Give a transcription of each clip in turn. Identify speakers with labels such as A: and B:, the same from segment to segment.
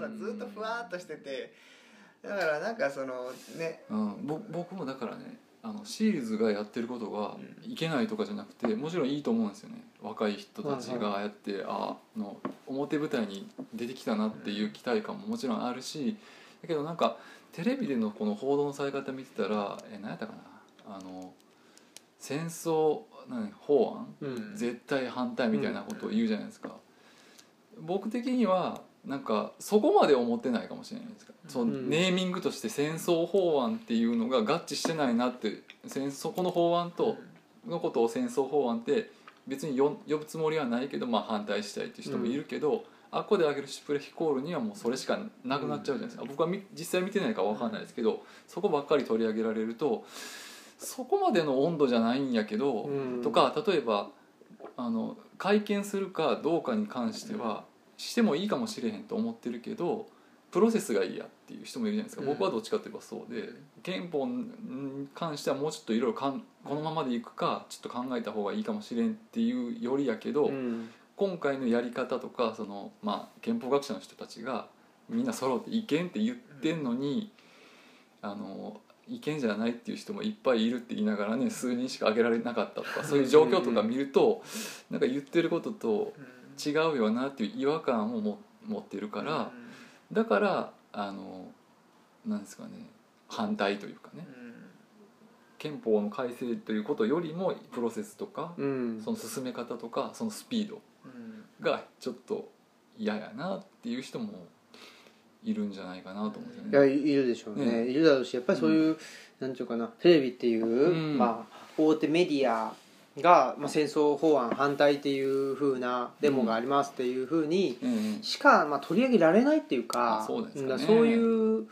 A: だずっとふわっとしててだからなんかそのね
B: うん、ぼ僕もだからねあのシールズがやってることがいけないとかじゃなくてもちろんいいと思うんですよね若い人たちがああやって、あの表舞台に出てきたなっていう期待感ももちろんあるしだけどなんかテレビでのこの報道のされ方見てたらえ何やったかなあの戦争何法案
C: うん
B: 絶対反対みたいなことを言うじゃないですか、僕的にはなんかそこまで思ってないかもしれないですか、その
C: うん
B: ネーミングとして戦争法案っていうのが合致してないなって戦そこの法案とのことを戦争法案って別によ呼ぶつもりはないけど、まあ、反対したいっていう人もいるけど、あっこで挙げるシュプレヒコールにはもうそれしかなくなっちゃうじゃないですか、僕はみ実際見てないから分かんないですけどそこばっかり取り上げられるとそこまでの温度じゃないんやけど、
C: うん
B: とか例えばあの会見するかどうかに関してはしてもいいかもしれへんと思ってるけどプロセスがいいやっていう人もいるじゃないですか、
C: うん
B: 僕はどっちかといえばそうで憲法に関してはもうちょっといろいろかんこのままでいくかちょっと考えた方がいいかもしれんっていうよりやけど、
C: うん
B: 今回のやり方とかその、まあ、憲法学者の人たちがみんな揃って意見って言ってんのに、あの意見じゃないっていう人もいっぱいいるって言いながらね数人しか挙げられなかったとかそういう状況とか見るとなんか言ってることと違うよなっていう違和感をも持ってるか
A: から
B: だからあのなんですかね反対というかね憲法の改正ということよりもプロセスとか
C: うん
B: その進め方とかそのスピードがちょっと嫌やなっていう人もいるんじゃないかなと思うん
C: い
B: ですよ
C: や
B: ね。
C: いいるでしょうね
B: ね
C: いるだろうしやっぱりそういう、なんていうかなテレビっていう、
B: ん
C: まあ、大手メディアが、まあ、戦争法案反対っていう風なデモがありますっていう風に
B: ええ
C: しか、まあ、取り上げられないっていうか
B: あそうですかね
C: だらそういう、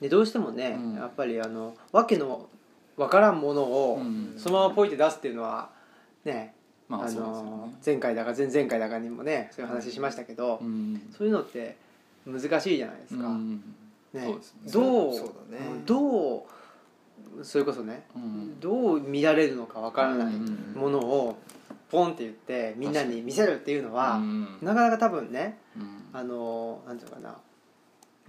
C: ね、どうしてもね、
B: うん
C: やっぱりあの訳のわからんものを
B: うん
C: そのままポイって出すっていうのはね、
B: まあ
C: あ
B: そうですよ
C: の
B: ね。
C: 前回だか前々回だかにもねそういう話しましたけど、
B: うん
C: そういうのって難しいじゃないですか。
B: うん
C: ね
B: そうですね
C: どう
A: そうだね
C: どうそれこそね、
B: うん
C: どう見られるのかわからない
B: うん
C: ものをポンって言ってみんなに見せるっていうの
B: う
C: は、
B: ん
C: なかなか多分ね
B: うん
C: あのなんていうのかな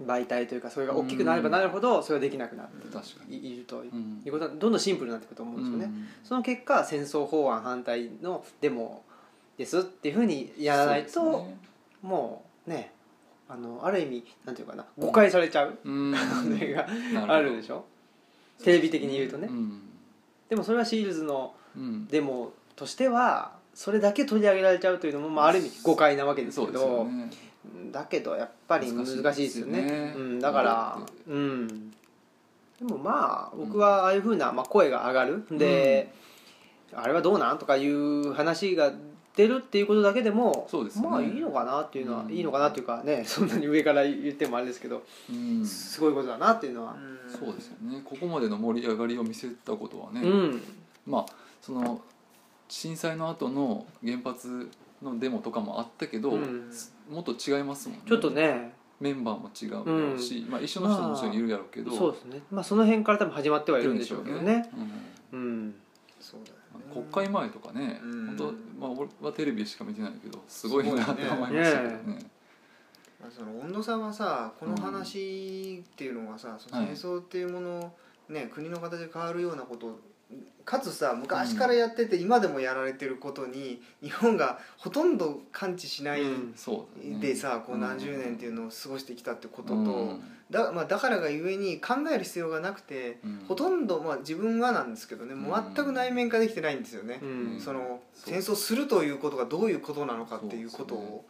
C: 媒体というかそれが大きくなればなるほどそれができなくなって
B: 確かに。
C: いいるとい
B: うん
C: うことはどんどんシンプルになっていくと思うんですよね。
B: うん
C: その結果戦争法案反対のデモですっていうふうにやらない
B: そうです
C: と
B: ね
C: もうねあのある意味なんていうかな誤解されちゃう
B: うん
C: 問題が
B: な
C: あるでしょテレビ的に言うとね、
B: うん
C: でもそれはシールズの
B: うん
C: デモとしてはそれだけ取り上げられちゃうというのも、まあ、ある意味誤解なわけです
B: そ
C: け
B: う
C: ど
B: ですよね。
C: だけどやっぱり難しいですよね
B: 難しいですよね
C: うん、だから
B: だって
C: うんでもまあ僕はああいうふうな、まあ、声が上がるで、あれはどうなんとかいう話が出るっていうことだけでも
B: そうですね
C: まあいいのかなっていうのは、
B: うん
C: いいのかなっていうかねそんなに上から言ってもあれですけど
B: うん
C: すごいことだなっていうのは
B: そうですよね。ここまでの盛り上がりを見せたことはね。
C: うん
B: まあその震災の後の原発のデモとかもあったけど、
C: うん
B: もっと違いますもんね
C: ちょっとね
B: メンバーも違うだろうし、まあ、一緒の人ももちろんいるやろうけど、
C: そうですねまあその辺から多分始まってはいるんでしょうけどね
B: うん
C: うん
A: そうだよ
B: 国
A: ね
B: 会前とかね、
A: うん
B: 本当まあ俺はテレビしか見てないけどすごいなって思いましたけどね
A: まあその温度差はさこの話っていうのはさ、その
B: は
A: 戦
B: い
A: 争っていうもの、ね、国の形が変わるようなことかつさ昔からやってて今でもやられてることに日本がほとんど感知しない
C: うん
B: そうだね
A: でさ、こう何十年っていうのを過ごしてきたってことと、だまあ、だからがゆえに考える必要がなくて、
B: うん
A: ほとんど、まあ、自分はなんですけどねもう全く内面化できてないんですよね、
C: うん
A: その
B: そう
A: 戦争するということがどういうことなのかっていうことを
B: そうですね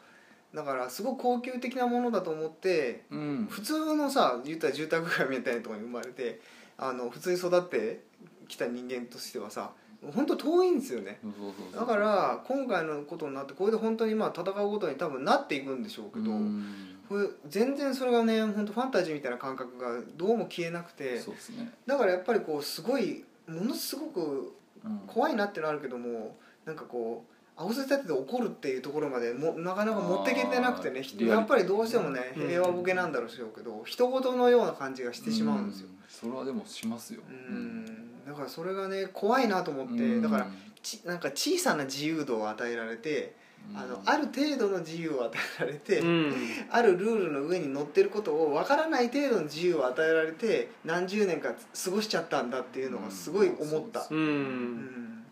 A: だからすごく高級的なものだと思って
B: うんうん
A: 普通のさ言ったら住宅街みたいなところに生まれてあの普通に育ってきた人間としてはさ本当遠いんですよね
B: そうそうそう
A: だから今回のことになってこれで本当にまあ戦うことに多分なっていくんでしょうけど、
B: うん
A: これ全然それがね本当ファンタジーみたいな感覚がどうも消えなくて
B: そうですね、
A: だからやっぱりこうすごいものすごく
B: うん
A: 怖いなってのはあるけどもなんかこう青せ立てて怒るっていうところまでもなかなか持っていけてなくてね
B: あー
A: ひやっぱりどうしてもね
C: うん
A: 平和ボケなんだろうしょうけど人事のような感じがしてしまうんですよ。
B: それはでもしますよ
A: う、んだからそれがね怖いなと思ってだからちなんか小さな自由度を与えられてあのある程度の自由を与えられて、
C: うん
A: あるルールの上に乗ってることを分からない程度の自由を与えられて何十年か過ごしちゃったんだっていうのがすごい思った、
B: うんそうう
A: うんん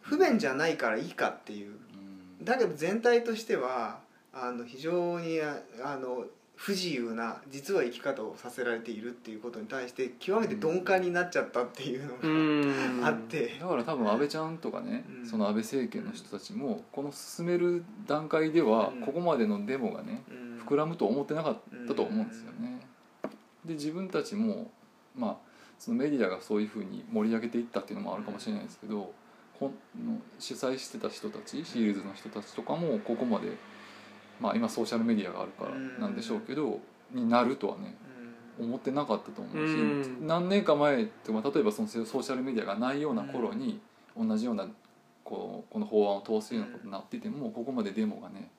A: 不便じゃないからいいかっていう
B: うん
A: だけど全体としてはあの非常にああの不自由な実は生き方をさせられているっていうことに対して極めて鈍感になっちゃったっていうのが、
C: うん
A: あって、
B: だから多分安倍ちゃんとかね、
A: うん
B: その安倍政権の人たちもこの進める段階では
A: うん
B: ここまでのデモがね
A: うん
B: 膨らむと思ってなかったと思うんですよね。で自分たちも、まあ、そのメディアがそういうふうに盛り上げていったっていうのもあるかもしれないですけど、ほんの主催してた人たちシールズの人たちとかもここまで、まあ、今ソーシャルメディアがあるからなんでしょうけど、になるとはね
A: うん
B: 思ってなかったと思うし、
C: うん
B: 何年か前とか例えばそのソーシャルメディアがないような頃に同じようなこうこの法案を通すようなことになっててもここまでデモがね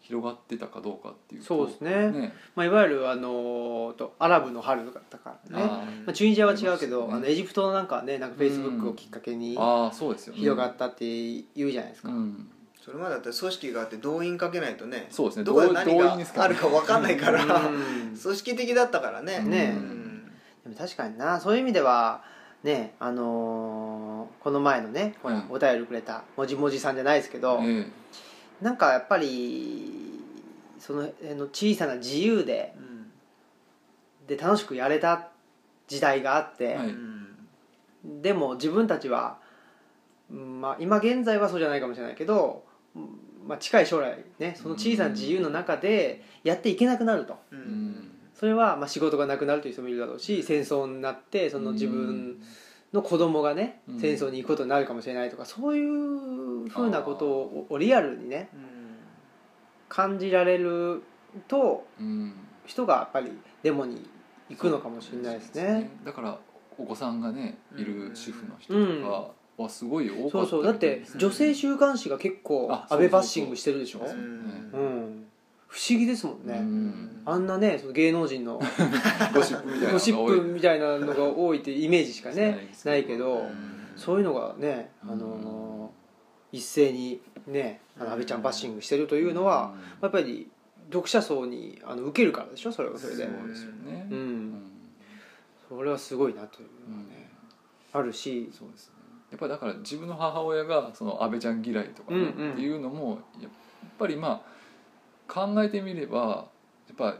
B: 広がってたかどうかっていうと
C: そうですね
B: ね
C: まあ、いわゆるあのとアラブの春とかだからね
B: あ
C: まあ、チュニジアは違う
B: ありまし
C: けど
B: たね
C: あのエジプトなんかはねなんかフェイスブック
B: う
C: を
B: ん
C: きっかけに
B: あーそうですよね
C: 広がったって言うじゃないです
B: う
C: か、
B: ん、
A: それまでだったら組織があって動員かけないとね
B: そうですね
A: どこで
B: 動員
A: 何
B: 動
A: が
B: 員ですから
A: あるか分かんないから、
C: う ん
A: 組織的だったからね
C: ね
A: うん
C: でも確かになそういう意味ではねあのーこの前のねほら
B: うん
C: お便りくれたもじもじさんじゃないですけど、
B: え
C: なんかやっぱりその辺の小さな自由で
A: うん
C: で楽しくやれた時代があって、
B: は
A: う
B: い
A: ん
C: でも自分たちは、うんまあ、今現在はそうじゃないかもしれないけど、うんまあ、近い将来ねその小さな自由の中でやっていけなくなると。
A: う
B: え
A: ん
C: それはまあ仕事がなくなるという人もいるだろうし戦争になってその自分の子供がね
B: うん
C: 戦争に行くことになるかもしれないとかそういうふうなことををリアルにね感じられると
B: うん
C: 人がやっぱりデモに行くのかもしれないですね。
B: だからお子さんがねいる主婦の人
C: うん
B: とかはすごい多か
C: そ
B: った
C: うそうだって女性週刊誌が結構
B: あ
C: 安倍バッシングしてるでしょ
B: そううそう
A: うん
C: うん不思議ですもん
B: う
C: ね
B: ん
C: あんなねその芸能人の
B: ゴシッ プみたいなの
C: ゴシ
B: が
C: ッ
B: 多い
C: プみたいなのが多いってイメージしかねないけど
B: うん
C: そういうのがねあ
B: うん
C: のー一斉にねあ
A: うん
C: の安倍ちゃんバッシングしてるというのは、やっぱり読者層にあの受けるからでしょそれはそれで
B: そうですよね
C: う
B: うん
C: んそれはすごいなという
B: う
C: のは
B: ん
C: ねあるし
B: そうですねやっぱりだから自分の母親がその安倍ちゃん嫌いとかね
C: うんうん
B: っていうのもやっぱりまあ考えてみればやっぱ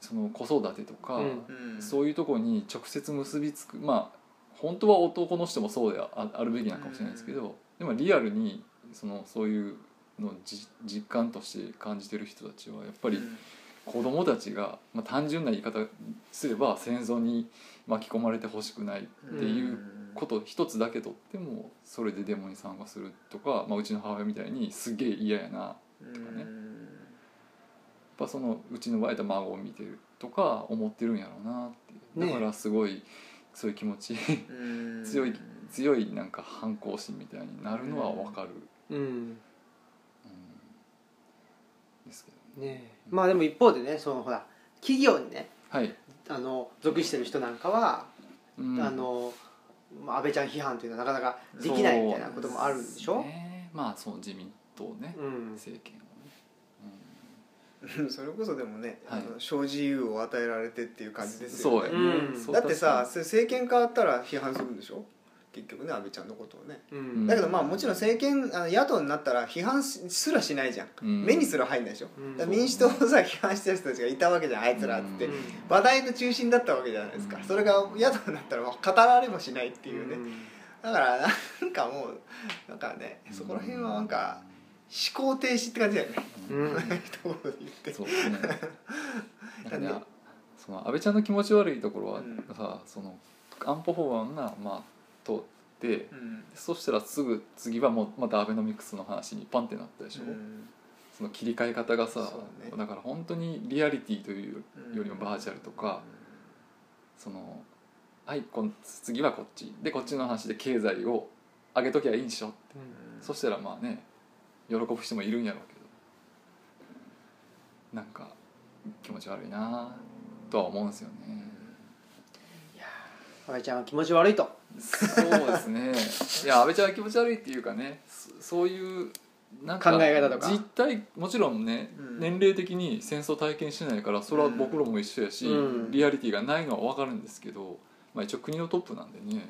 B: その子育てとか
C: うん
A: うん
B: そういうところに直接結びつくまあ本当は男の人もそうでああるべきなのかもしれないですけどでもリアルにそのそういうのをじ実感として感じてる人たちはやっぱり
A: うん
B: 子供たちが、まあ、単純な言い方すれば戦争に巻き込まれてほしくないっていうことを一つだけとってもそれでデモに参加するとか、まあ、うちの母親みたいにすげえ嫌やなやっ
A: うん
B: かねぱそのうちの湧いた孫を見てるとか思ってるんやろうなってい
C: ね
B: う
C: え
B: だからすごいそういう気持ち
A: うん
B: 強い強いなんか反抗心みたいになるのは分かる、
C: うん
B: うん、ですけどね。
C: ねまあでも一方でねそのほら企業にね
B: はい、
C: あの属してる人なんかは、
B: うん
C: あのまあ安倍ちゃん批判というのはなかなかできないみたいなこともあるんでし
B: そう
C: ょ
B: すねまあその自民党ね、
C: うん
B: 政権をね、うん
A: それこそでもね、
B: はい
A: あの小自由を与えられてっていう感じですよ
B: そうや
A: ね
B: ね、
C: うん
B: そう
A: だってさそれ政権変わったら批判するんでしょ結局ね安倍ちゃんのことをね
C: う
B: うん
C: ん
A: だけどまあもちろん政権あの野党になったら批判しすらしないじゃん、
B: うん
A: 目にすら入んないでしょ、
C: うん
A: だから民主党をさ批判してる人たちがいたわけじゃんあいつらっつって、
C: うん
A: 話題の中心だったわけじゃないですか、
B: うん
A: それが野党になったら語られもしないっていうね、
C: ん
A: だからなんかもうなんかねそこら辺はなんか思考停止って感じだよね、
C: うん
A: 一言で言って
B: そうねなんかね
A: なんで
B: その安倍ちゃんの気持ち悪いところは
A: うん
B: さ、その安保法案がまあ通って
A: うん
B: そしたらすぐ次はもうまたアベノミクスの話にパンってなったでしょ、
A: うん
B: その切り替え方がさ、
A: そうね
B: だから本当にリアリティというよ
A: うん
B: りもバーチャルとか、そのはいこん次はこっちでこっちの話で経済を上げときゃいいんでしょそしたらまあね喜ぶ人もいるんやろうけどなんか気持ち悪いなとは思うんですよね
C: 安倍ちゃんは気持ち悪いと
B: そうですねいや安倍ちゃんは気持ち悪いっていうかねそそういうなんか
C: 考え方とか
B: 実態もちろんね、
A: うん
B: 年齢的に戦争体験してないからそれは僕らも一緒やし、
C: うん
B: リアリティがないのは分かるんですけど、まあ、一応国のトップなんでね、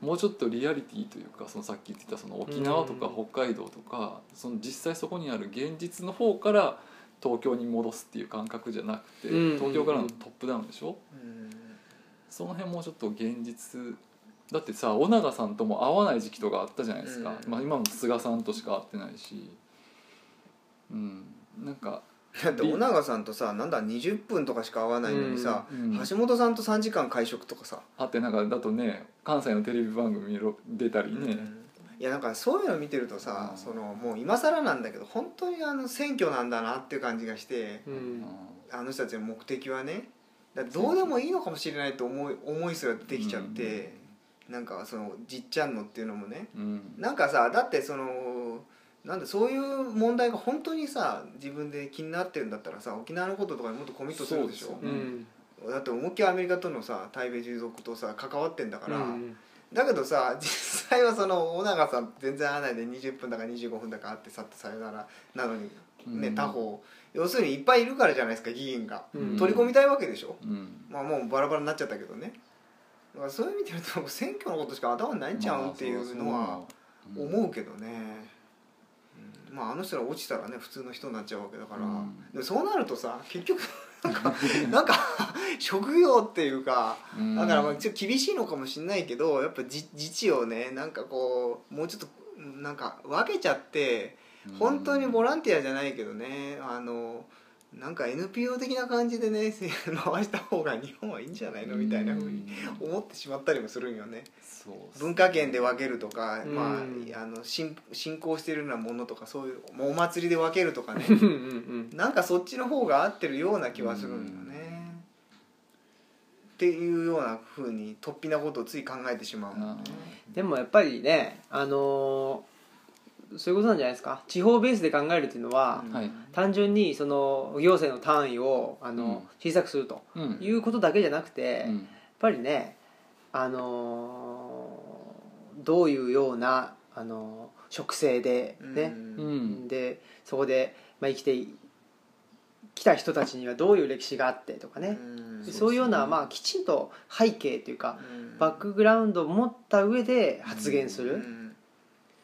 B: もうちょっとリアリティというかそのさっき言ってたその沖縄とか
C: う
B: 北海道とか、その実際そこにある現実の方から東京に戻すっていう感覚じゃなくて、
C: うん
B: 東京からのトップダウンでしょ
A: うん
B: その辺もうちょっと現実だってさ尾長さんとも会わない時期とかあったじゃないですか、
A: うん
B: まあ、今も菅さんとしか会ってないしうんなんか、
A: だって尾長さんとさなんだ20分とかしか会わないのにさ、
B: うん、
A: 橋本さんと3時間会食とかさ、
B: あってなんかだとね関西のテレビ番組ろ出たりね、
A: いやなんかそういうの見てるとさ、
B: うん
A: そのもう今更なんだけど本当にあの選挙なんだなっていう感じがして
C: う
B: うん
A: あの人たちの目的はねだからどうでもいいのかもしれないと思い思いすらできちゃって、なんかそのじっちゃんのっていうのもね
B: うん
A: なんかさだってそのなんでそういう問題が本当にさ自分で気になってるんだったらさ沖縄のこととかにもっとコミットするでし
B: そう
A: ょ
B: で
C: うん
A: だって思いっきりアメリカとのさ対米従属とさ関わってんだから、
C: うん
A: だけどさ 実際はその尾長さん全然会わないで20分だか25分だか会ってさっとさよならなのにね、
B: うん
A: 他方要するにいっぱいいるからじゃないですか議員が、
C: うん
A: 取り込みたいわけでしょ、
B: うん
A: まあもうバラバラになっちゃったけどねだからそういう意味で言うと選挙のことしか頭にないんちゃうっていうのは
B: う
A: 思うけどね、うんまああの人ら落ちたらね普通の人になっちゃうわけだから、
B: うん
A: でもそうなるとさ結局なんかなんか職業っていうか
B: うん
A: だからまあちょっと厳しいのかもしれないけどやっぱじ自治をねなんかこうもうちょっとなんか分けちゃって本当にボランティアじゃないけどねあのなんか NPO 的な感じでね 回した方が日本はいいんじゃないのみたいなふうに
B: うん
A: 思ってしまったりもするんよね。
B: そうっすね
A: 文化圏で分けるとか、
C: うん
A: まあ、あの信信仰してるようなものとかそういうお祭りで分けるとかね
C: うんうん
A: なんかそっちの方が合ってるような気はするんだよね。っていうようなふうに突飛なことをつい考えてしまうもんね。
C: でもやっぱりねあのーそういうことなんじゃないですか地方ベースで考えるっていうのは、
A: うん
B: はい
C: 単純にその行政の単位をあ
B: うん
C: の小さくすると
B: うんうん
C: いうことだけじゃなくて、
B: う
C: やっ
B: ん
C: ぱりねあのーどういうようなあのー植生でね、
B: う
A: うん
B: ん
C: でそこで、まあ、生きてきた人たちにはどういう歴史があってとかね、
A: うん
C: そういうよう
B: そう
C: な、
B: ですね
C: まあ、きちんと背景というか
A: うん
C: バックグラウンドを持った上で発言する、
A: う
C: っ
A: ん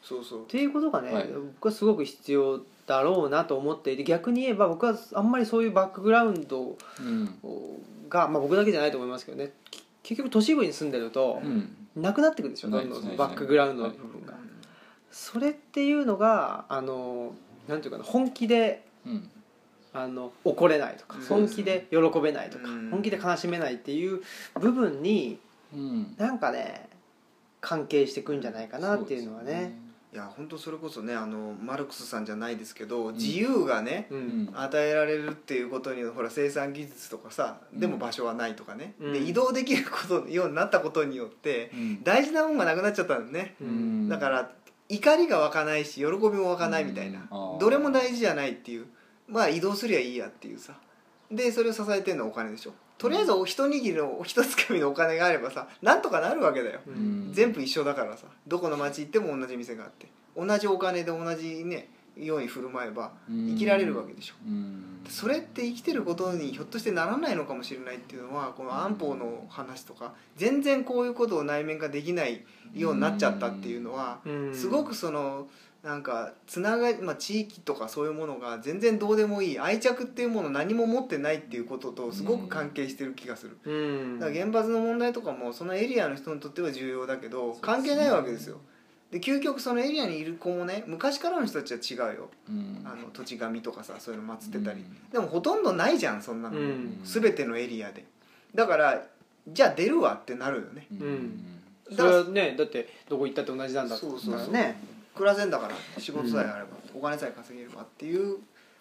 A: そうそう
C: ていうことがね、
B: はい
C: 僕はすごく必要だろうなと思っていて逆に言えば僕はあんまりそういうバックグラウンド
B: うん
C: が、まあ、僕だけじゃないと思いますけどねき結局都市部に住んでると
B: う、ん
C: なくなってくるでしょ
B: な
C: ど
B: い
C: ん
B: です
C: ど
B: ね
C: んバックグラウンドの部分が。それっていうのがあのなんていうかな本気で
B: うん
C: あの怒れないとか
A: うん
C: 本気で喜べないとか、
A: うん
C: 本気で悲しめないっていう部分に
B: うん
C: なんかね関係してくんじゃないかなっていうのはね。
A: いや本当それこそねあのマルクスさんじゃないですけど自由がね
C: う
B: うんん
A: 与えられるっていうことにほら生産技術とかさでも
B: うん
A: 場所はないとかね、
C: うん
A: で移動できることようになったことによって
B: うん
A: 大事なもんがなくなっちゃったのね、
B: うん
A: だから怒りが湧かないし喜びも湧かないみたいな、
B: うんあー
A: どれも大事じゃないっていうまあ移動すりゃいいやっていうさでそれを支えてるのはお金でしょとりあえずお一握りのお一つかみのお金があればさなんとかなるわけだよ、
B: うん
A: 全部一緒だからさどこの町行っても同じ店があって同じお金で同じねように振る舞えば
B: うん
A: 生きられるわけでしょ
B: うん
A: それって生きてることにひょっとしてならないのかもしれないっていうのはこの安保の話とか全然こういうことを内面化できないようになっちゃったっていうのは
C: うん
A: すごくそのなんかつながり、まあ、地域とかそういうものが全然どうでもいい愛着っていうものを何も持ってないっていうこととすごく関係してる気がする。
C: うん
A: だから原発の問題とかもそのエリアの人にとっては重要だけど関係ないわけですよで究極そのエリアにいる子もね昔からの人たちは違うよ
B: うん
A: あの土地神とかさそういうの祀ってたり、
B: うん
A: でもほとんどないじゃんそんなの、
C: うん
A: 全てのエリアでだからじゃあ出るわってなるよね
B: うん
C: うん
A: だ
C: それはねだってどこ行ったって同じなんだ
A: そう
C: か
A: そう
C: ら
A: そう
C: ね
A: 暮らせんだから仕事さえあれば、お金さえ稼げればっていう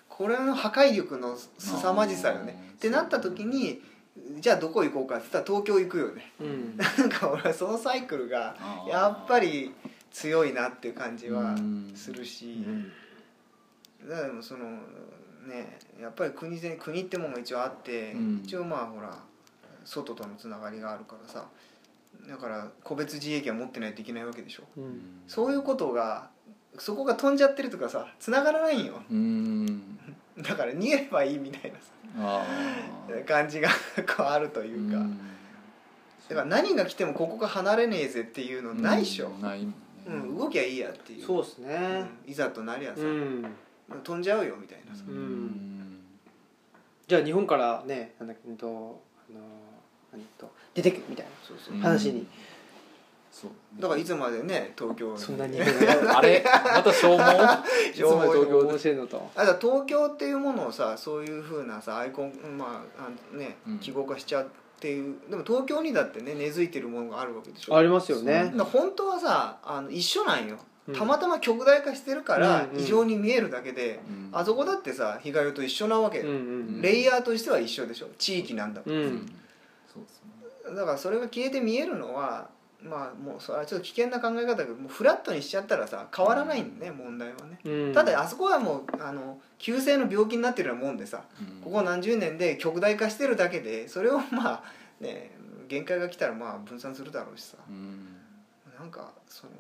A: これの破壊力の凄まじさよね
B: あー
A: ってなった時にじゃあどこ行こうかって言ったら東京行くよね
C: うん
A: なんか俺はそのサイクルが
B: あー
A: やっぱり強いなっていう感じはする
C: う
A: し、
C: ん
A: だからでもそのねやっぱり国全国ってものが一応あって、
B: うん
A: 一応まあほら外とのつながりがあるからさだから個別自衛権を持ってないといけないわけでしょ
C: う
B: うんん
A: そういうことがそこが飛んじゃってるとかさ繋がらないんよ
B: うーん
A: だから逃げればいいみたいなさ
B: ああ
A: 感じがこうあるというか、だから何が来てもここが離れねえぜっていうのないっしょ、
B: ないも
A: うん
B: ね
A: ん動きゃいいやっていう
C: そうです
A: う
C: ね
A: ん、いざとなりゃさ、
C: うん
A: 飛んじゃうよみたいなさ、
B: う
C: うん
B: ん
C: じゃあ日本からねなんだっけうんとあの何と出てくみたいな
A: そうそう
B: うん
C: 話に
B: そう
A: だからいつまでね東京に
C: そん なに
A: あ
B: あれまた消 耗いつまで東京
C: 面
B: で
C: 白いのと
A: だから東京っていうものをさそういうふうなさアイコンまああのね
B: うん
A: 記号化しちゃうっていう、でも東京にだってね根付いてるものがあるわけでしょ
C: ありますよね
A: だから本当はさあの一緒なんよ、
C: うん
A: たまたま極大化してるから
C: うんうん
A: 異常に見えるだけで、
B: うん
A: あそこだってさ日帰りと一緒なわけ、
C: うんうん
A: レイヤーとしては一緒でしょ地域なんだもん
C: う
B: うん
C: ん
B: そうですね
A: だからそれが消えて見えるのはまあもうそれはちょっと危険な考え方だけどもうフラットにしちゃったらさ変わらないんだね問題はね、
C: うん
A: ただあそこはもうあの急性の病気になってるようなもんでさ
B: うん
A: ここ何十年で極大化してるだけでそれをまあね限界が来たらまあ分散するだろうしさ
B: うん
A: なんかその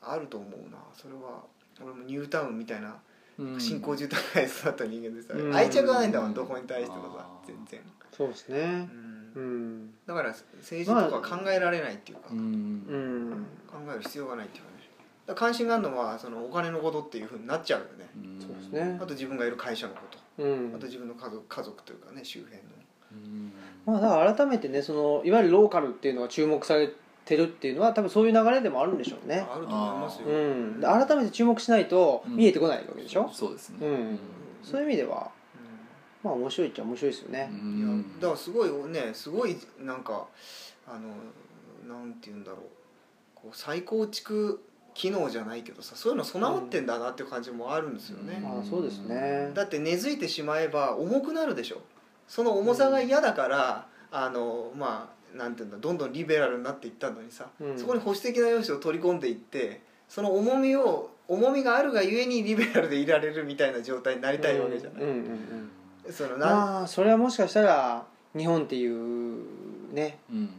A: あると思うなそれは俺もニュータウンみたいな
B: うん
A: 新興住宅街で育った人間でさ、
C: うん
A: 愛着がないんだも
B: うん
A: んどこに対してもさ
B: あー
A: 全然、
C: そうです
A: う
C: ね
A: ん
C: うん
A: だから政治とか考えられないっていうか、
B: うん
C: うん
A: 考える必要がないっていうかねだから関心があるのはそのお金のことっていうふうになっちゃうよね
B: うん
C: そうですね
A: あと自分がいる会社のこと
C: うん
A: あと自分の家族家族というかね周辺の
B: うん
C: まあだから改めてねそのいわゆるローカルっていうのが注目されてるっていうのは多分そういう流れでもあるんでしょうね
A: あると思いますよ、
C: うんで改めて注目しないと
B: うん
C: 見えてこないわけでしょ、
B: そうですね
C: うん
A: ん
C: そういう意味では
A: う
C: まあ面白いっちゃ面白いですよね、
A: んいや
B: うん
A: だからすごいねすごいなんかあのなんて言うんだろうこう再構築機能じゃないけどさそういうの備わってんだなっていう感じもあるんですよね、
B: うん
C: ああそうですね
A: だって根付いてしまえば重くなるでしょその重さが嫌だから、あのまあなんていうんだどんどんリベラルになっていったのにさ、
C: うん
A: そこに保守的な要素を取り込んでいってその重みを重みがあるがゆえにリベラルでいられるみたいな状態になりたいわけじゃない、
C: うんうんうんうん
A: そのなん
C: まあそれはもしかしたら日本っていうね
B: うん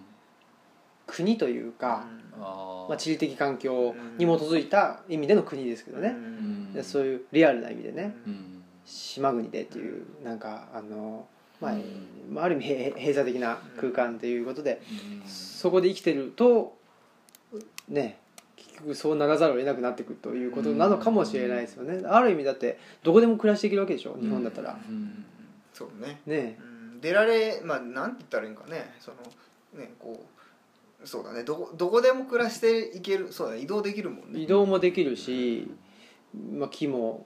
C: 国というか、
A: うん
B: あ
C: まあ、
B: あ
C: 地理的環境に基づいた意味での国ですけどね、
A: うん
C: でそういうリアルな意味でね、
B: うん
C: 島国でっていうなんかあの、まあ
B: うん
C: まあ、ある意味閉閉鎖的な空間ということで
B: うん
C: そこで生きてるとね結局そうならざるを得なくなってくるということなのかもしれないですよねある意味だってどこでも暮らしていけるわけでしょ日本だったら
B: うん
A: そうね、
C: ね
A: うん、出られまあなんて言ったらいいんかねそのねこうそうだねどこどこでも暮らしていけるそうだね移動できるもんね
C: 移動もできるし、まあ、木も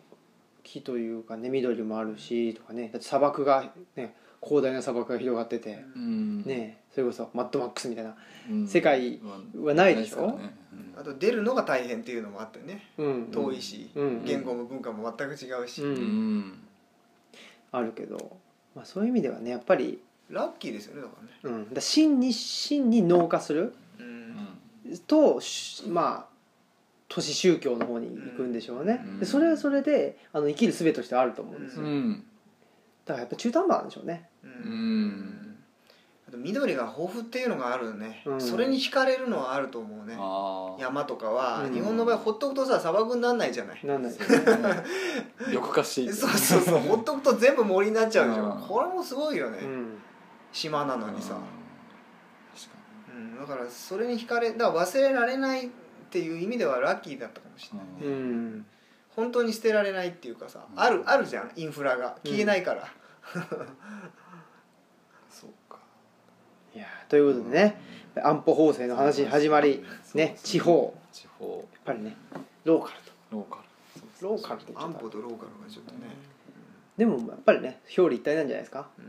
C: 木というかね緑もあるしとかねだって砂漠がね広大な砂漠が広がってて
B: うん
C: ねそれこそマッドマックスみたいな
B: うん
C: 世界
B: は
C: はないでし
B: な
C: ょ
B: いすからねうん
A: あと出るのが大変っていうのもあってね
C: うん
A: 遠いし、
C: うん
A: 言語も文化も全く違うし、
C: うん
B: うん
C: あるけど、まあ、そういう意味ではねやっぱり、
A: ラッキーですよねだからね、
C: うん、だ真に真に農化する
A: うん
C: としまあ都市宗教の方に行くんでしょうね、
B: うん
C: でそれはそれであの生きる術としてあると思うんです
B: う
C: よ、
B: ん
C: だからやっぱ中途半端なんでしょうね
A: うん
B: ん
A: あと緑が豊富っていうのがあるよね、
C: うん
A: それに惹かれるのはあると思うね
B: ああ
A: 山とかは、
C: うん
A: 日本の場合ほっとくとさ砂漠になんないじゃない、
C: なんないですよね
B: うん緑化してい
A: そうそうそうほっとくと全部森になっちゃうでしょ、
B: うん
A: これもすごいよね、
C: うん
A: 島なの
B: の
A: にさ、
B: 確か
A: うん、だからそれに惹かれだから忘れられないっていう意味ではラッキーだったかもしれないね、
B: う
C: うん
A: 本当に捨てられないっていうかさ、
B: うん
A: あるあるじゃんインフラが消えないから、
B: そうか
C: いやーということでね安保法制の話に始まり
B: そう
C: ね
B: です
C: 地方
B: 地方
C: やっぱりねローカルと
B: ローカルそう
C: ローカルって言っ
A: 安
C: ちゃ
A: 保
C: った
A: とローカルがちょっとね、
C: でもやっぱりね表裏一体なんじゃないですか
A: うん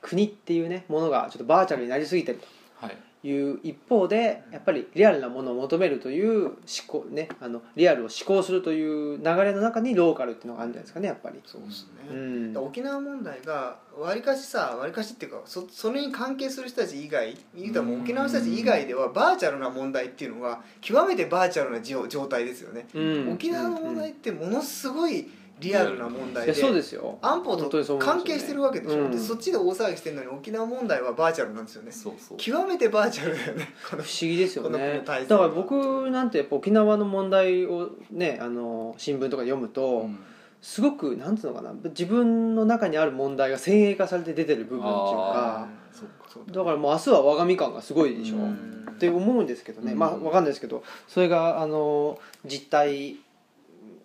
C: 国っていうねものがちょっとバーチャルになりすぎてると
B: はい
C: いう一方でやっぱりリアルなものを求めるという思考ねあのリアルを思考するという流れの中にローカルっていうのがあるんじゃないですかねやっぱり
A: そうですね、
C: うん
A: だから沖縄問題がわりかしさわりかしっていうかそそれに関係する人たち以外言うたらもう沖縄の人たち以外ではバーチャルな問題っていうのは極めてバーチャルなじょ状態ですよね、
C: うん
A: 沖縄の問題ってものすごいリアルな問題
C: いや
A: で
C: そうですよ
A: 安保
C: 本当にそう
A: と
C: 思いますよね
A: 関係してるわけでしょ、
C: うん
A: でそっちで大騒ぎしてるのに沖縄問題はバーチャルなんですよね
B: そうそう
A: 極めてバーチャルだよねこ
C: 不
A: の
C: 思議ですよ
A: このこ
C: ね
A: の体
C: だ
A: 制
C: から僕なんてやっぱ沖縄の問題をねあの新聞とか読むと、
B: うん
C: すごくなんつうのかな自分の中にある問題が先鋭化されて出てる部分っていう
B: あー
C: か
B: そうか
A: そうだ
C: だからもう明日は我が身感がすごいでしょ、
B: うん
C: って思うんですけどね、
B: うん
C: まあわかんないですけどそれがあの実態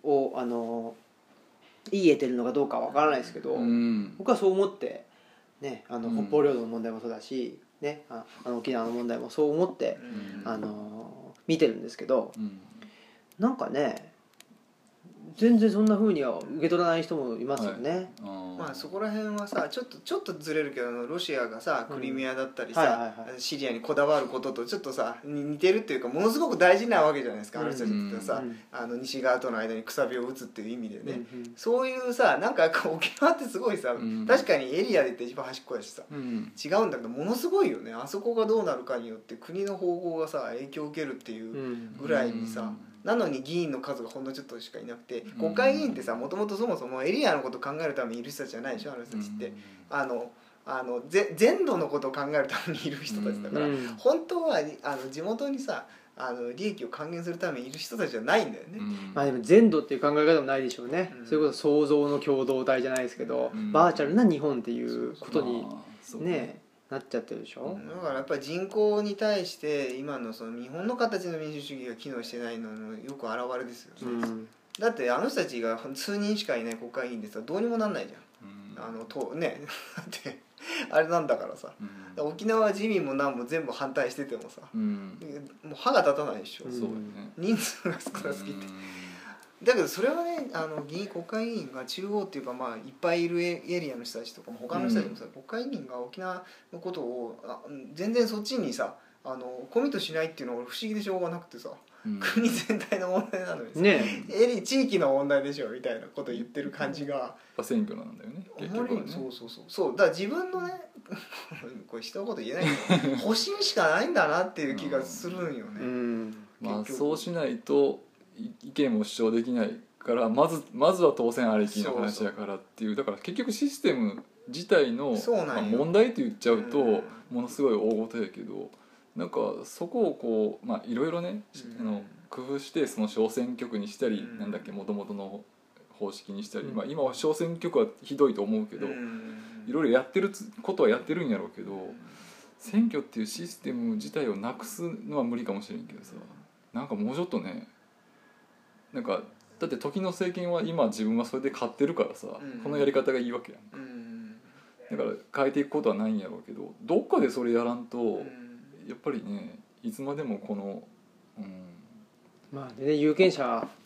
C: をあの言えてるのかどうかわからないですけど、
B: うん
C: 僕はそう思って、ね、あの
B: うん
C: 北方領土の問題もそうだし、ね、ああの沖縄の問題もそう思って、
A: うん
C: あの見てるんですけど
B: うん
C: なんかね全然そんな風には受け取らない人もいますよね。
B: あー
A: まあそこら辺はさちょっとちょっとずれるけどあのロシアがさ
C: うん
A: クリミアだったり
C: はいは
A: さ
C: いは
A: シリアにこだわることとちょっとさに似てるっていうかものすごく大事なわけじゃないですかあの人たちって
C: う
A: さ
C: ん
A: あの西側との間にくさびを打つっていう意味で
C: うんう
A: ね
C: ん
A: そういうさなんかこう沖縄ってすごいさ
B: うん
A: 確かにエリアで言って一番端っこやしさ
B: うん
A: 違うんだけどものすごいよねあそこがどうなるかによって国の方向がさ影響を受けるっていうぐらいにさ、
B: うん
A: なのに議員の数がほんのちょっとしかいなくて国会議員ってさもともとそもそもエリアのこと考えるためにいる人たちじゃないでしょあの人たちって、あのあのぜ全土のことを考えるためにいる人たちだから、
C: うん
A: 本当はあの地元にさあの利益を還元するためにいる人たちじゃないんだよね。
B: うん
C: まあでも全土っていう考え方もないでしょうね、
A: うん
C: それこそ創造の共同体じゃないですけど、
B: うん
C: バーチャルな日本っていうことに
B: まあそう
C: ねなっちゃってるでしょ、
A: だからやっぱり人口に対して今のその日本の形の民主主義が機能してないののよく表れですよね、
C: うん
A: だってあの人たちが数人しかいない国会議員でさどうにもなんないじゃん
B: う
A: あ
B: ん
A: のとね だってあれなんだからさ
B: うん
A: 沖縄自民も何も全部反対しててもさ
B: うん
A: もう歯が立たないでしょ、
C: うん
B: そうだよね
A: 人数が少なすぎて、だけどそれはねあの議員国会議員が中央っていうかまあいっぱいいるエリアの人たちとかも他の人たちもさ、国会議員が沖縄のことをあうん全然そっちにさあのコミットしないっていうのが不思議でしょうがなくてさ、
B: うん
A: 国全体の問題なのにさ、
C: ね
A: エリ地域の問題でしょみたいなこと言ってる感じが。
B: やっぱ選挙なんだよね
A: あ
B: 結
A: ま
B: 局
A: り
B: はね
A: そうそうそうそうだから自分 のねこれ一言言えないけど保身しかないんだなっていう気がするんよ
C: え
A: ね、
C: うん
B: まあ
A: 結局
B: そうしないとい意見も主張できないからまずまずは当選ありきの話やからっていうだから結局システム自体の、
A: そうなんよ
B: まあ、問題と言っちゃうと、
A: うん
B: ものすごい大ごとやけどなんかそこをこうまあいろいろね、し
A: うん
B: あの工夫してその小選挙区にしたり、
A: うん
B: なんだっけもともとの方式にしたり、
C: うん
B: まあ、今は小選挙区はひどいと思うけど、
A: うん
B: いろいろやってるつことはやってるんやろうけど。選挙っていうシステム自体をなくすのは無理かもしれんけどさなんかもうちょっとねなんかだって時の政権は今自分はそれで勝ってるからさ、
A: うん
B: このやり方がいいわけや
A: うん
B: んだから変えていくことはないんやろうけどどっかでそれやらんと、
A: うん
B: やっぱりねいつまでもこのうん
C: まあでね有権者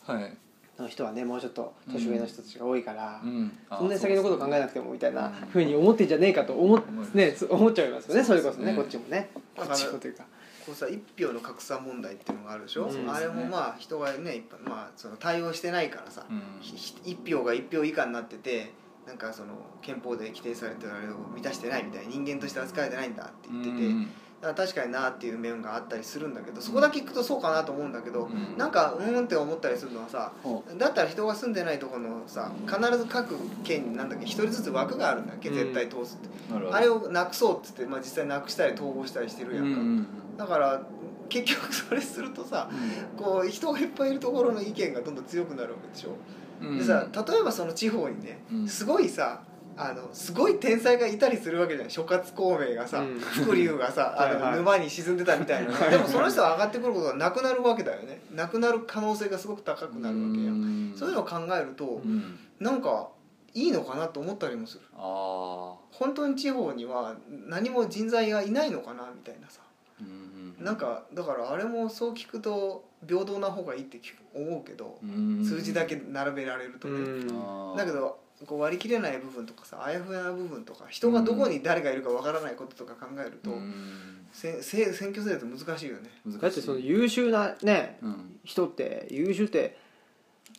B: はい、
C: の人はねもうちょっと年上の人たちが多いから、
B: うん、あ
C: そんなに先のこと考えなくてもみたいなふうに思ってんじゃねえかと思っ,、
B: うん
C: ね、つ思っちゃいますよねそ
B: そう
C: れ
B: です
C: こ
B: ね
C: そねこっちもねこ
A: だから
C: っちもというか
A: こうさ一票の格差問題っていうのがあるでしょ、
C: うん
A: あれもまあ人がねいっぱいまあその対応してないからさ、
B: うん
A: ひひ一票が一票以下になっててなんかその憲法で規定されてるあれを満たしてないみたいな人間として扱われてないんだって言ってて、
B: うん
A: だから確かになっていう面があったりするんだけどそこだけ聞くとそうかなと思うんだけど、
B: うん
A: なんかうーんって思ったりするのはさ
B: ほ
A: だったら人が住んでないところのさ必ず各県になんだっけ一人ずつ枠があるんだっけ
C: うん
A: 絶対通すって、
B: なるほど
A: あれをなくそうっつって、まあ、実際なくしたり統合したりしてるや
B: うんん
A: か、だから結局それするとさこう人がいっぱいいるところの意見がどんどん強くなるわけでしょ、
B: うんうん
A: でさ例えばその地方にね
B: うん
A: すごいさあのすごい天才がいたりするわけじゃない諸葛孔明がさ、
C: うん
A: 伏龍がさあの
C: はいはい
A: 沼に沈んでたみたいな
C: はいはい
A: でもその人が上がってくることがなくなるわけだよねなくなる可能性がすごく高くなるわけや、
B: ん
A: そういうのを考えると、
B: うん
A: なんかいいのかなと思ったりもする
B: あ
A: 本当に地方には何も人材がいないのかなみたいなさ
B: あ、うん
A: なん、かだからあれもそう聞くと平等な方がいいって聞く思うけど
B: うん
A: 数字だけ並べられると
C: う
A: ね、
C: ん
A: だけどこう割り切れない部分とかさあやふやな部分とか人がどこに誰がいるかわからないこととか考えると、
B: うん
A: せせ選挙制度って難しいよね。
B: 難しい
C: だってその優秀なね
B: うん
C: 人って優秀って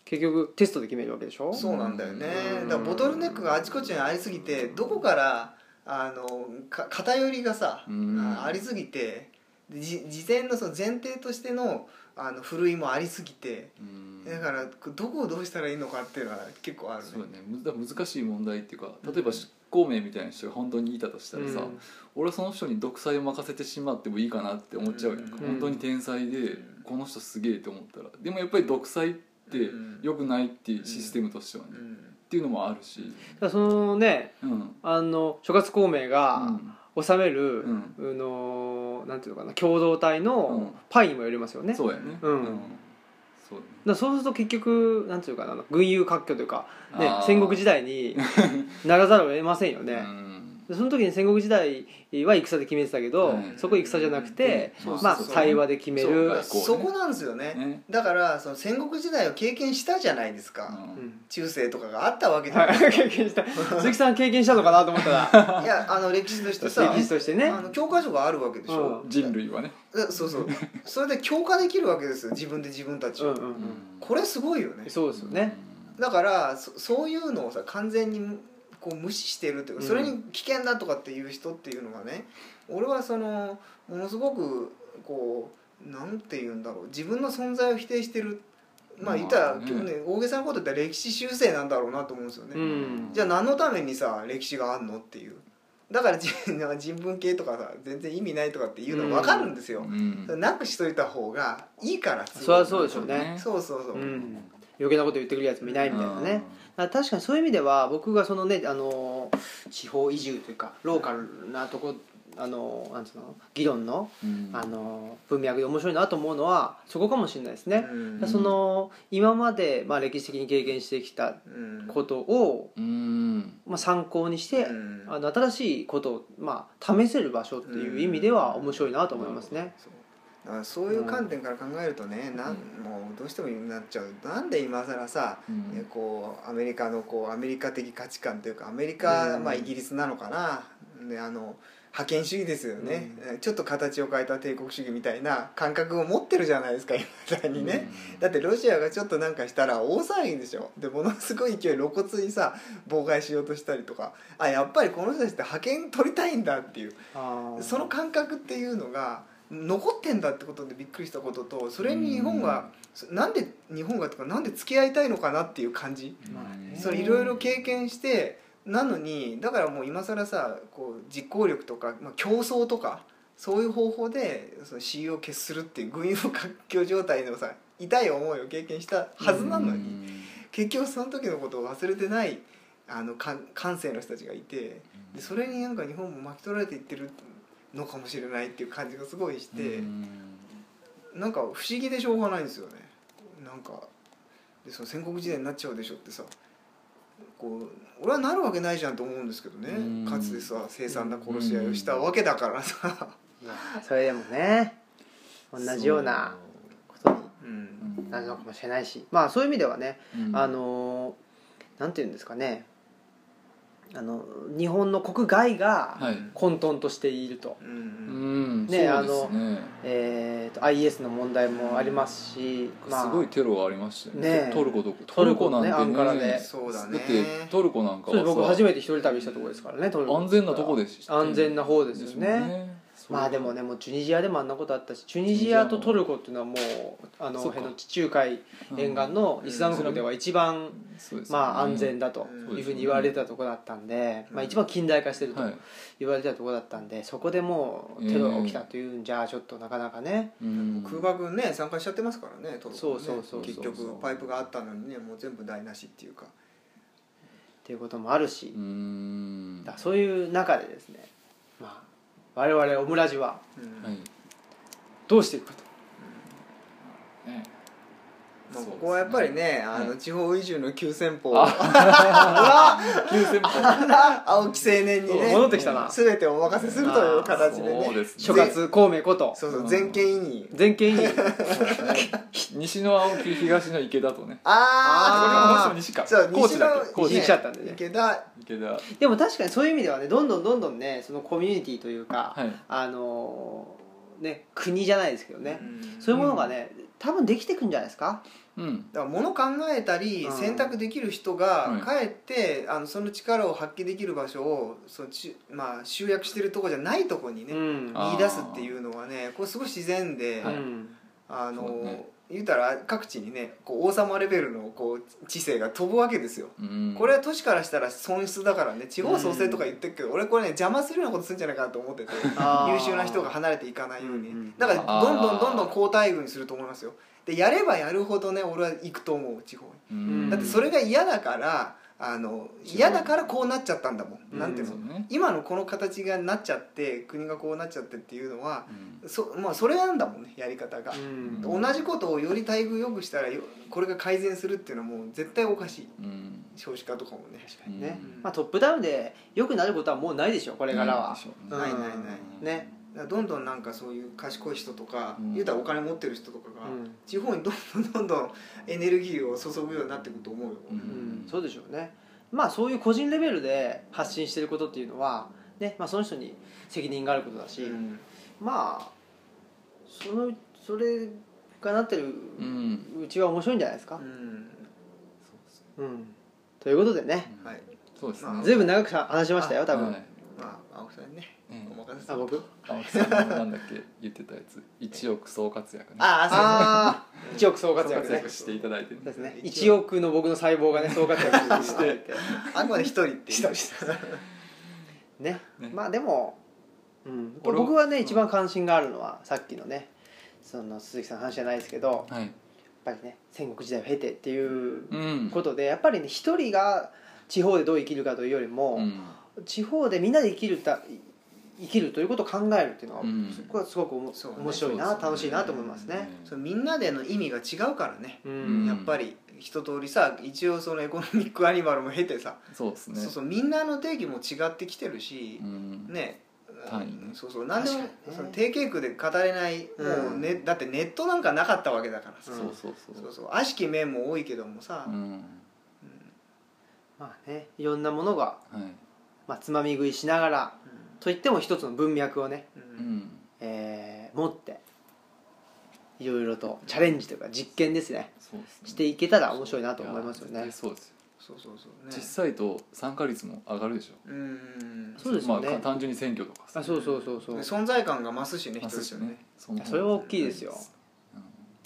C: 結局テストで決めるわけでしょ
A: そうなんだよね
C: うん
A: だからボトルネックがあちこちにありすぎてどこからあのか偏りがさ、
B: うん
A: あありすぎてじ事前のその前提としてのあのふるいもありすぎて
B: うん
A: だからどこをどうしたらいいのかっていうのは結構あるね
B: そうだねむだから難しい問題っていうか例えば執行名みたいな人が本当にいたとしたらさ、
C: うん
B: 俺はその人に独裁を任せてしまってもいいかなって思っちゃうやんか、
C: うん
B: 本当に天才で、
A: うん
B: この人すげえって思ったらでもやっぱり独裁って
A: うん
B: 良くないっていうシステムとしてはね、
A: う
B: っ
A: ん
B: ていうのもあるし
C: だからそのね
B: うん
C: あの諸葛孔明が治める、
B: うん
C: あのなんていうのかな共同体の
B: うん
C: パイにもよりますよ
B: う
C: ね、
B: んそうやね
C: うん
B: そうだね
C: だからそうすると結局なんていうかな群雄割拠というか、ね
B: あ、ー
C: 戦国時 代にならざるを得ませんよね、
B: うん
C: でその時に戦国時代は戦で決めてたけ
B: う
C: ど、
B: ん
C: そこ戦じゃなくて、
B: うん
C: まあ
A: そうそうそう
C: 対話で決め
B: そう
C: る
B: かこうね
A: そこなんですよね
B: ね
A: だからその戦国時代を経験したじゃないです
B: う
A: か、
B: ん
C: うん
A: 中世とかがあったわけじゃ
C: は
A: ない
C: い経験した鈴木さん経験したのかなと思った ら
A: いやあの歴史としてさ
C: 歴史としてね
A: あの教科書があるわけでしょ、
C: う
B: 人類はね、
A: えそうそうそれで強化できるわけですよ自分で自分たち
C: うん
A: を、
C: うんう
B: うんん
A: これすごいよね
C: そうですよね、
A: だからそそういうのをさ完全にこう無視してるっていうか
C: うん
A: それに危険だとかっていう人っていうのがね俺はそのものすごくこうなんて言うんだろう自分の存在を否定してるまあ言ったら、
B: まあね
A: 今日ね大げさなこと言ったら歴史修正なんだろうなと思うんですよね、
C: う
B: うん
A: じゃあ何のためにさ歴史があんのっていうだからじ なんか人文系とかさ全然意味ないとかっていうの分かるんですよ、
B: うん
A: なくしといた方がいいから
C: そりゃそうでしょうね
A: そうそうそう、
C: うん余計なこと言ってくるやつもいないみたいなね、
B: うん
C: あ確かにそういう意味では僕がそのねあの地方移住というかローカルなとこあのなんつうの議論の
B: うん
C: あの文脈で面白いなと思うのはそこかもしれないですね。
A: うん
C: その今まで、まあ、歴史的に経験してきた
A: うん
C: ことを、
B: うん
C: まあ、参考にして、
A: うん
C: あの新しいことを、まあ、試せる場所っていう意味では面白いなと思いますね。
A: そうだからそういう観点から考えるとね、なん
B: う
A: もうどうしてもなっちゃうなんで今更さ、
B: うん
A: ねこうアメリカのこうアメリカ的価値観というかアメリカ、
C: うん
A: まあ、イギリスなのかな、ね、あの覇権主義ですよね、ちょっと形を変えた帝国主義みたいな感覚を持ってるじゃないですか今だにね。だってロシアがちょっとなんかしたら大騒ぎでしょでものすごい勢い露骨にさ妨害しようとしたりとかあやっぱりこの人たちって覇権取りたいんだっていう
C: あー
A: その感覚っていうのが残ってんだってことでびっくりしたこととそれに日本がそなんで日本がとかなんで付き合いたいのかなっていう感じ
C: まあね
A: それいろいろ経験してなのにだからもう今更さこう実行力とか、まあ、競争とかそういう方法でその CE を決するっていう軍用 割拠状態のさ痛い思いを経験したはずなのに、結局その時のことを忘れてないあのか感性の人たちがいてでそれになんか日本も巻き取られていってるのかもしれないっていう感じがすごいして、なんか不思議でしょうがないんですよねなんかでその戦国時代になっちゃうでしょってさこう俺はなるわけないじゃんと思うんですけどね
B: うん
A: かつてさ凄惨な殺し合いをしたわけだからさ、
C: いやそれでもね同じようなことに
A: うん
C: なるのかもしれないしまあそういう意味ではねあ
B: の
C: のーなんていうんですかねあの日本の国外が
B: はい
C: 混沌としていると,、
A: う
B: うんん
C: ね
B: そうですね
C: えーと IS の問題もありますし、まあ、
B: すごいテロはありましたよ
C: ね
B: ね
C: え
B: トルコとか
C: ト
B: ト
C: ル
B: ル
C: コ
B: コ
C: ね
B: なんて
C: アンカラで
B: ね
A: そうだ
B: だ
A: ね
B: ってトルコなんか
C: そうです僕
B: は
C: 初
B: さ
C: めて一人旅したところですからねトルコ
B: 安全なとこでしたよね
C: 安全な方ですよね
B: よね
C: まあでもねもうチュニジアでもあんなことあったしチュニジアとトルコっていうのはもうあの
B: そっか
C: 辺の地中海沿岸のイスラム国では一番、
B: そうですよね
C: まあ、安全だというふうに言われたところだったんで、まあ、一番近代化してると
B: はい
C: 言われてたところだったんでそこでもうテロが起きたというんじゃちょっとなかなかね、
B: うん
A: 空爆ね参加しちゃってますからねトルコね
C: そうそうそうそう
A: 結局パイプがあったのにねもう全部台無しっていうか
C: っていうこともあるし、
B: うん
C: だそういう中でですね、まあ、我々オムラジは
A: うん
B: はい
C: どうしていくかと
B: ね
A: まあ、ここはやっぱりねあ
B: は
A: の
B: い
A: 地方移住の急先鋒
B: 9000歩
A: 青木青年にね
C: 戻ってきたな
A: 全てお任せするという形で
B: あーそう
A: ね
B: ですね
C: 諸葛孔明こと
A: そうそう全権委任
C: 全権委員
B: 西の青木東の池田とね
A: ああ
C: あ
B: これも西か
A: そう
B: 高知
A: 西の
B: だっけ高知
C: 西だったんでね
A: 池田
B: 池田
C: でも確かにそういう意味ではねどんどんどんどんねそのコミュニティというか、
B: はい
C: あのーね国じゃないですけどね、
A: うん
C: そういうものがね多分できてくんじゃないですか
B: うん
A: だから物考えたり
C: うん
A: 選択できる人が
B: はい
A: かえってあのその力を発揮できる場所をそのち、まあ、集約してるとこじゃないとこにね、
C: うん
B: あ
A: 見出すっていうのはねこれすごい自然で、
B: はい
C: うん
A: あの
B: そうね
A: 言うたら各地にねこう王様レベルのこう知性が飛ぶわけですよ。
B: うん
A: これは都市からしたら損失だからね地方創生とか言ってるけど、俺これね邪魔するようなことするんじゃないかなと思ってて
C: あー
A: 優秀な人が離れていかないように、
C: うんうん
A: だからどんど
B: あ
A: ん
B: ー
A: どんどん後退軍すると思いますよでやればやるほどね俺は行くと思う地方に
B: うん
A: だってそれが嫌だからあの嫌だからこうなっちゃったんだもん、
C: うん
A: なんていう
B: そ
A: の
B: うね
A: 今のこの形がなっちゃって国がこうなっちゃってっていうのは
B: うん
A: そ,、まあ、それなんだもんねやり方が、
C: うん
B: うん
A: 同じことをより待遇良くしたらよこれが改善するっていうのはもう絶対おかしい
B: うん
A: 少子化とかもね
C: 確かにね
A: うん
C: まあトップダウンで良くなることはもうないでしょこれから
B: ない
C: は
B: でしょうね
C: うん
A: ないないない
C: ね
A: だからどんどんなんかそういう賢い人とか、
B: うん
A: 言うたらお金持ってる人とかが、
C: うん
A: 地方にどんどんどんどんエネルギーを注ぐようになっていくと思うよ、
B: うん
C: うんそうでしょうねまあそういう個人レベルで発信してることっていうのは、ねまあ、その人に責任があることだし、
A: うん
C: まあそのそれがなってる
B: うん
C: うちは面白いんじゃないです
A: う
C: か、
A: ん
C: うんということでね
A: はい
B: そうです
A: まあ
B: ね
C: ずいぶん長く話しましたよ多分、
B: はい
A: まあ青木さんにね
B: ね
A: お任せ
C: あ僕
B: 青木さんのなんだっけ言ってたやつ一億総活躍ね
A: あ
C: ああ1億総
A: ー
C: 活
B: 総
C: 躍
B: 活
C: ね
B: 躍していただいてね
C: そうですね
A: 一
C: 1
A: 億
C: 億の僕の細胞がね総 活躍して
A: あそうですねあくまで一人っていう
C: ね
B: ね
C: まあでも、うん、
B: 俺は
C: 僕はね
B: うん
C: 一番関心があるのはさっきのねその鈴木さんの話じゃないですけどやっ
B: はい
C: ぱりね戦国時代を経てっていう
B: うん
C: ことでやっぱりね一人が地方でどう生きるかというよりも、
B: うん
C: 地方でみんなで生きるた生きるということを考えるっていうのは、
B: うん
C: そこはすごくおも
A: そうね
C: 面白いな、
B: そうですね
C: 楽しいなと思いますね。
A: そうみんなでの意味が違うからね、
C: うん
B: うん
A: やっぱり一通りさ一応そのエコノミックアニマルも経てさ、
B: そうですね
A: そうそうみんなの定義も違ってきてるし、
B: うん
A: ね
B: 単位ね
A: そうそう何でも、
C: 確かにね
A: その定型句で語れない、
C: うん
A: もうねだってネットなんかなかったわけだからさ、
B: そうそうそ
A: そう
B: う
A: そう悪しき面も多いけどもさ、
B: うん
C: まあねいろんなものが、
B: はい
C: まあ、つまみ食いしながら
A: う
C: といっても一つの文脈をね、
A: んうん
B: うん
C: えー持っていろいろとチャレンジというか実験ですね
B: そうですね
C: していけたら面白いなと思いますよ
B: や
C: ね
B: 絶対。そうですよ
A: そうそうそうね
B: 実際と参加率も上がるでしょ
A: うんうん
C: そうですよね
B: まあ単純に選挙とか
C: あ
B: さ
C: そうそうそうそう
A: で存在感が増すしね人
B: ま
A: と
B: あそうで
A: し
B: す
A: て
B: よ
A: もね
B: ねの
C: それは大きいですよ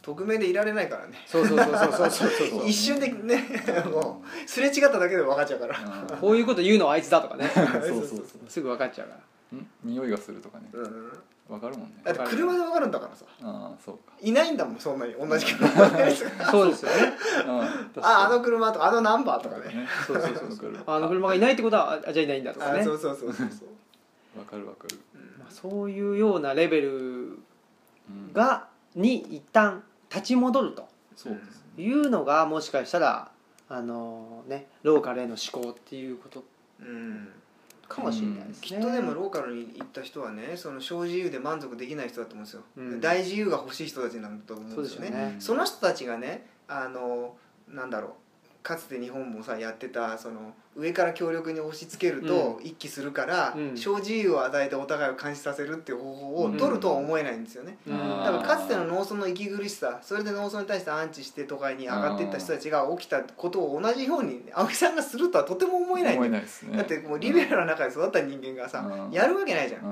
A: 匿名でいられないからね
C: そうそうそうそうそうそうそう
A: 一瞬でね もうすれ違っただけで分かっちゃうから、
B: うん
C: こういうこと言うのはあいつだとかね
B: そうそうそ
C: すぐ分かっちゃうから
B: う。ん匂いがするとかね。
A: うん、
B: わかるもんね。
A: だって車で分かるんだからさ
B: ああそうか。
A: いないんだもんそんなに同じ車のやつが
C: そうですよね
B: あ
A: ああの車とかあのナンバーとかね
B: そうそうそうそう。
C: あの車がいないってことはあじゃあいないんだとか
A: あ
C: ね
A: そうそうそうそうそう
B: わかるわかる。
C: まあ、そういうようなレベル
B: うん、
C: がに一旦立ち戻ると
B: そうです。
C: いうのがもしかしたらあのねローカルへの思考っていうこと
A: うん
C: かもしれないですね、
A: きっとでもローカルに行った人はねその小自由で満足できない人だと思うんですよ、
C: うん
A: 大自由が欲しい人たちなんだと思うん
C: そ
A: で
C: うですす
A: よ
C: よ
A: ねそ
C: ね
A: の人たちがねあのなんだろうかつて日本もさやってたその上から強力に押し付けると一気するから、
C: うん
A: 小自由を与えてお互いを監視させるっていう方法を取るとは思えないんですよね、
C: うん
B: あー
A: だからかつての農村の息苦しさそれで農村に対してアンチして都会に上がっていった人たちが起きたことを同じように青木さんがするとはとても思えないんだよ
B: 思えないですね。
A: だってもうリベラルの中で育った人間がさ、
B: うん
A: やるわけないじゃ、
B: う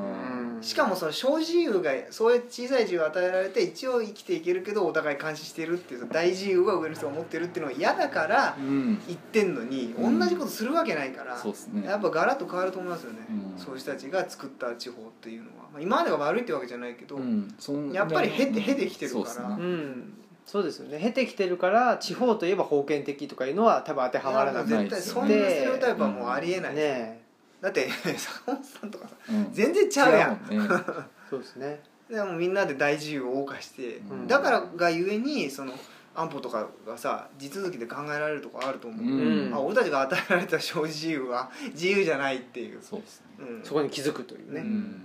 B: んん。
A: しかもその小自由がそういう小さい自由を与えられて一応生きていけるけどお互い監視してるっていう大自由は上の人が持ってるっていうのは嫌だから
B: うん。
A: 言ってんのに同
B: うん
A: じことするわけないから、
B: そうですね。
A: やっぱガラッと変わると思いますよね、
B: うん
A: そういう人たちが作った地方っていうのは、まあ、今までが悪いってわけじゃないけど、
B: うん。そん
A: やっぱり経て
B: うん
A: 経てきてるから
B: そう
C: う
B: ですね
C: んそうですよね経てきてるから地方といえば封建的とかいうのは多分当てはまらなく
A: いや
C: て
A: もう絶対そんなステレオタイプはもうありえない、
C: ねえ
A: だって坂本さんとかさ
B: うん
A: 全然ちゃうやん
B: 違うもんね。
C: そうですね
A: でもみんなで大自由を謳歌して、
B: うん
A: だからがゆえにその安保とかがさ地続きで考えられるとこあると思う、
B: うん
A: あ俺たちが与えられた小自由は自由じゃないっていう、
B: そうですね。
A: うん、
C: そこに気づくというね、
A: うん
B: うん。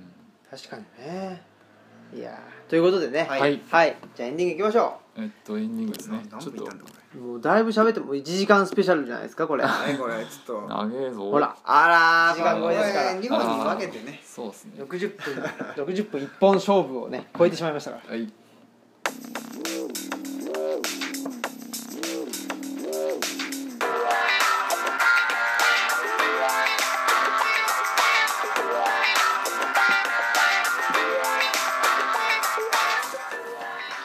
C: 確かにねいやーということでね
A: はい
B: はい。
C: はい、じゃあエンディングいきましょ
B: えっとエンディングです
A: な
B: ね。
A: 何
B: ちょ
A: 分
B: っ
A: いっ
B: と
A: たんだこ
C: うもうだいぶ喋っても1時間スペシャルじゃないですかこれ
A: れ何これちょっと
B: 長えぞ。
C: ほら。
A: あらー
C: 一時間超えですから
A: これ二本に分けてね
B: そうですね。
C: 60分60分一本勝負をね超えてしまいましたから
B: はい。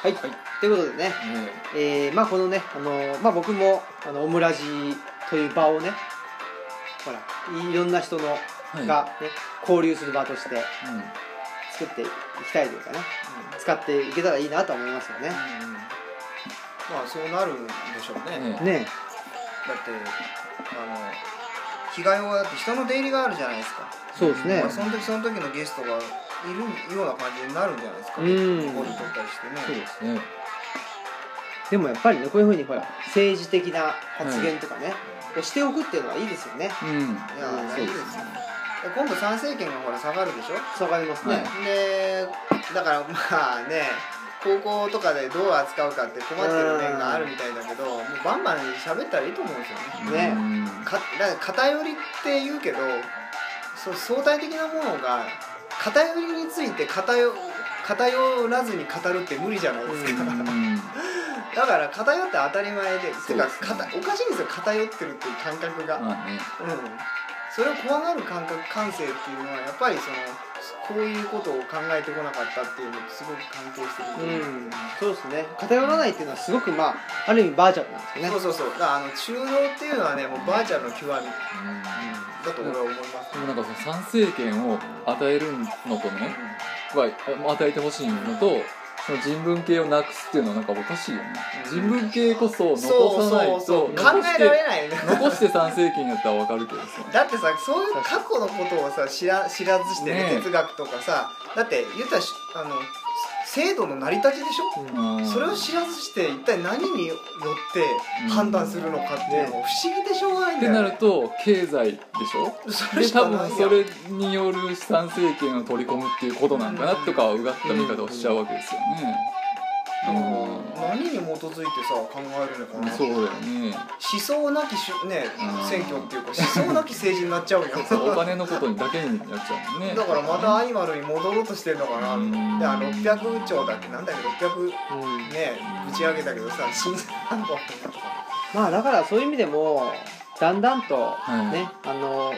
C: はい、ということでね、
B: ね
C: えーまあこのね、あのまあ、僕もあのオムラジという場をねほらいろんな人の、
B: はい
C: が、ね、交流する場とし
B: う
C: て
B: ん
C: 作っていきたいというかね使っていけたらいいなと思いますよね。
A: うんまあそうなるんでしょうね、
B: ね
C: ね
A: だってあの着替えはだって人の出入りがあるじゃないですか、
C: そうですね
A: まあ、その時その時のゲストがいるような感じになるんじゃないですか、
C: うん
A: ここに撮ったりしてね
C: そうです
B: ね
C: でもやっぱりねこういうふうにほら政治的な発言とかね、をしておくっていうのはいいですよね。
B: うん
A: いや
C: うん
A: 大事ですよ今度参政権がほら下がるでしょ
C: わかりますね。
B: はい
A: でだからまあね高校とかでどう扱うかって困ってる面があるみたいだけどもうバンバン喋ったらいいと思うんですよね。
C: ね
B: うん
A: かだから偏りって言うけどそう相対的なものが偏りについて偏偏らずに語るって無理じゃないですか、
C: う
A: だから偏って当たり前で
B: そうですね
A: てか偏おかしいんですよ偏ってるっていう感覚が、
B: まあね
A: うん、それを怖がる感覚感性っていうのはやっぱりそのこういうことを考えてこなかったっていうのとすごく関係して
C: う
A: くると思うん
C: ん
A: ですよね、
C: そうですね偏らないっていうのはすごくまあある意味バーチャルなんですよね
A: そうそうそうだからあの中道っていうのはねもうバーチャルの極み、うん、だ
B: うん
A: と俺は思いま、
B: ですもなんかその参政権を与えるのとねは与えてほしいのとその人文系をなくすっていうのはなんかおかしいよね、
A: うん
B: 人文系こそ
A: そ
B: 残
A: う
B: さない
A: そ
B: と
A: うそう考
B: 残し
A: えら
B: て
A: れないよね
B: 残して参政権やったらわかるけどさ
A: だってさそういう過去のことをさ知ら知らずしてる、
B: ねえ
A: 哲学とかさだって言ったらしあの制度の成り立ちでしょ、
B: うん
A: それを知らずして一体何によって判断するのかっていうのが不思議でしょうがないんだ
B: って
A: よ、ね、
B: なると経済でしょ
A: それ
B: で
A: し
B: 多
A: かな
B: 分
A: い
B: それによる資産政権を取り込むっていうことなんかなとかはうがった見方をしちゃうわけですよね
A: やん
B: う
A: 何に基づいてさ考えるのか
B: ん
A: な
B: そうだよね
A: 思想なきしゅ、ね
B: うん、
A: 選挙っていうか思想なき政治になっちゃう よ
B: お金のことにだけになっちゃうもんね
A: だからまたアニマルに戻ろうとしてるのかな、
B: うん
A: であ600兆だっけなんだっけ600
C: うん
A: ねぶち上げたけどさ新鮮なの
C: まあだからそういう意味でもだんだんと
B: い
C: ね、あの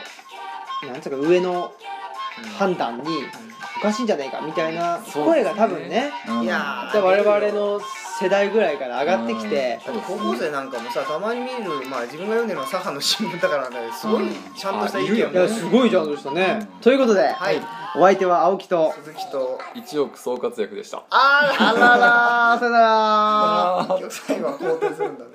C: なんつうか上の判断におかしいんじゃないかみたいな声が多分ね
B: うん
A: いやー
C: で我々の世代ぐらいから上がってきて
B: うん
A: 高校生なんかもさたまに見るまあ自分が読んでるのは左派の新聞だからなんだけどすごいちゃんとした意見
B: う
A: を
B: ん
C: いやすごいじゃんでしたね、ということで、
A: はい
C: お相手は青木と
A: 鈴木と
B: 一億総活躍でした
A: あ
C: あららさよなら
A: ら結局最後は肯定するんだね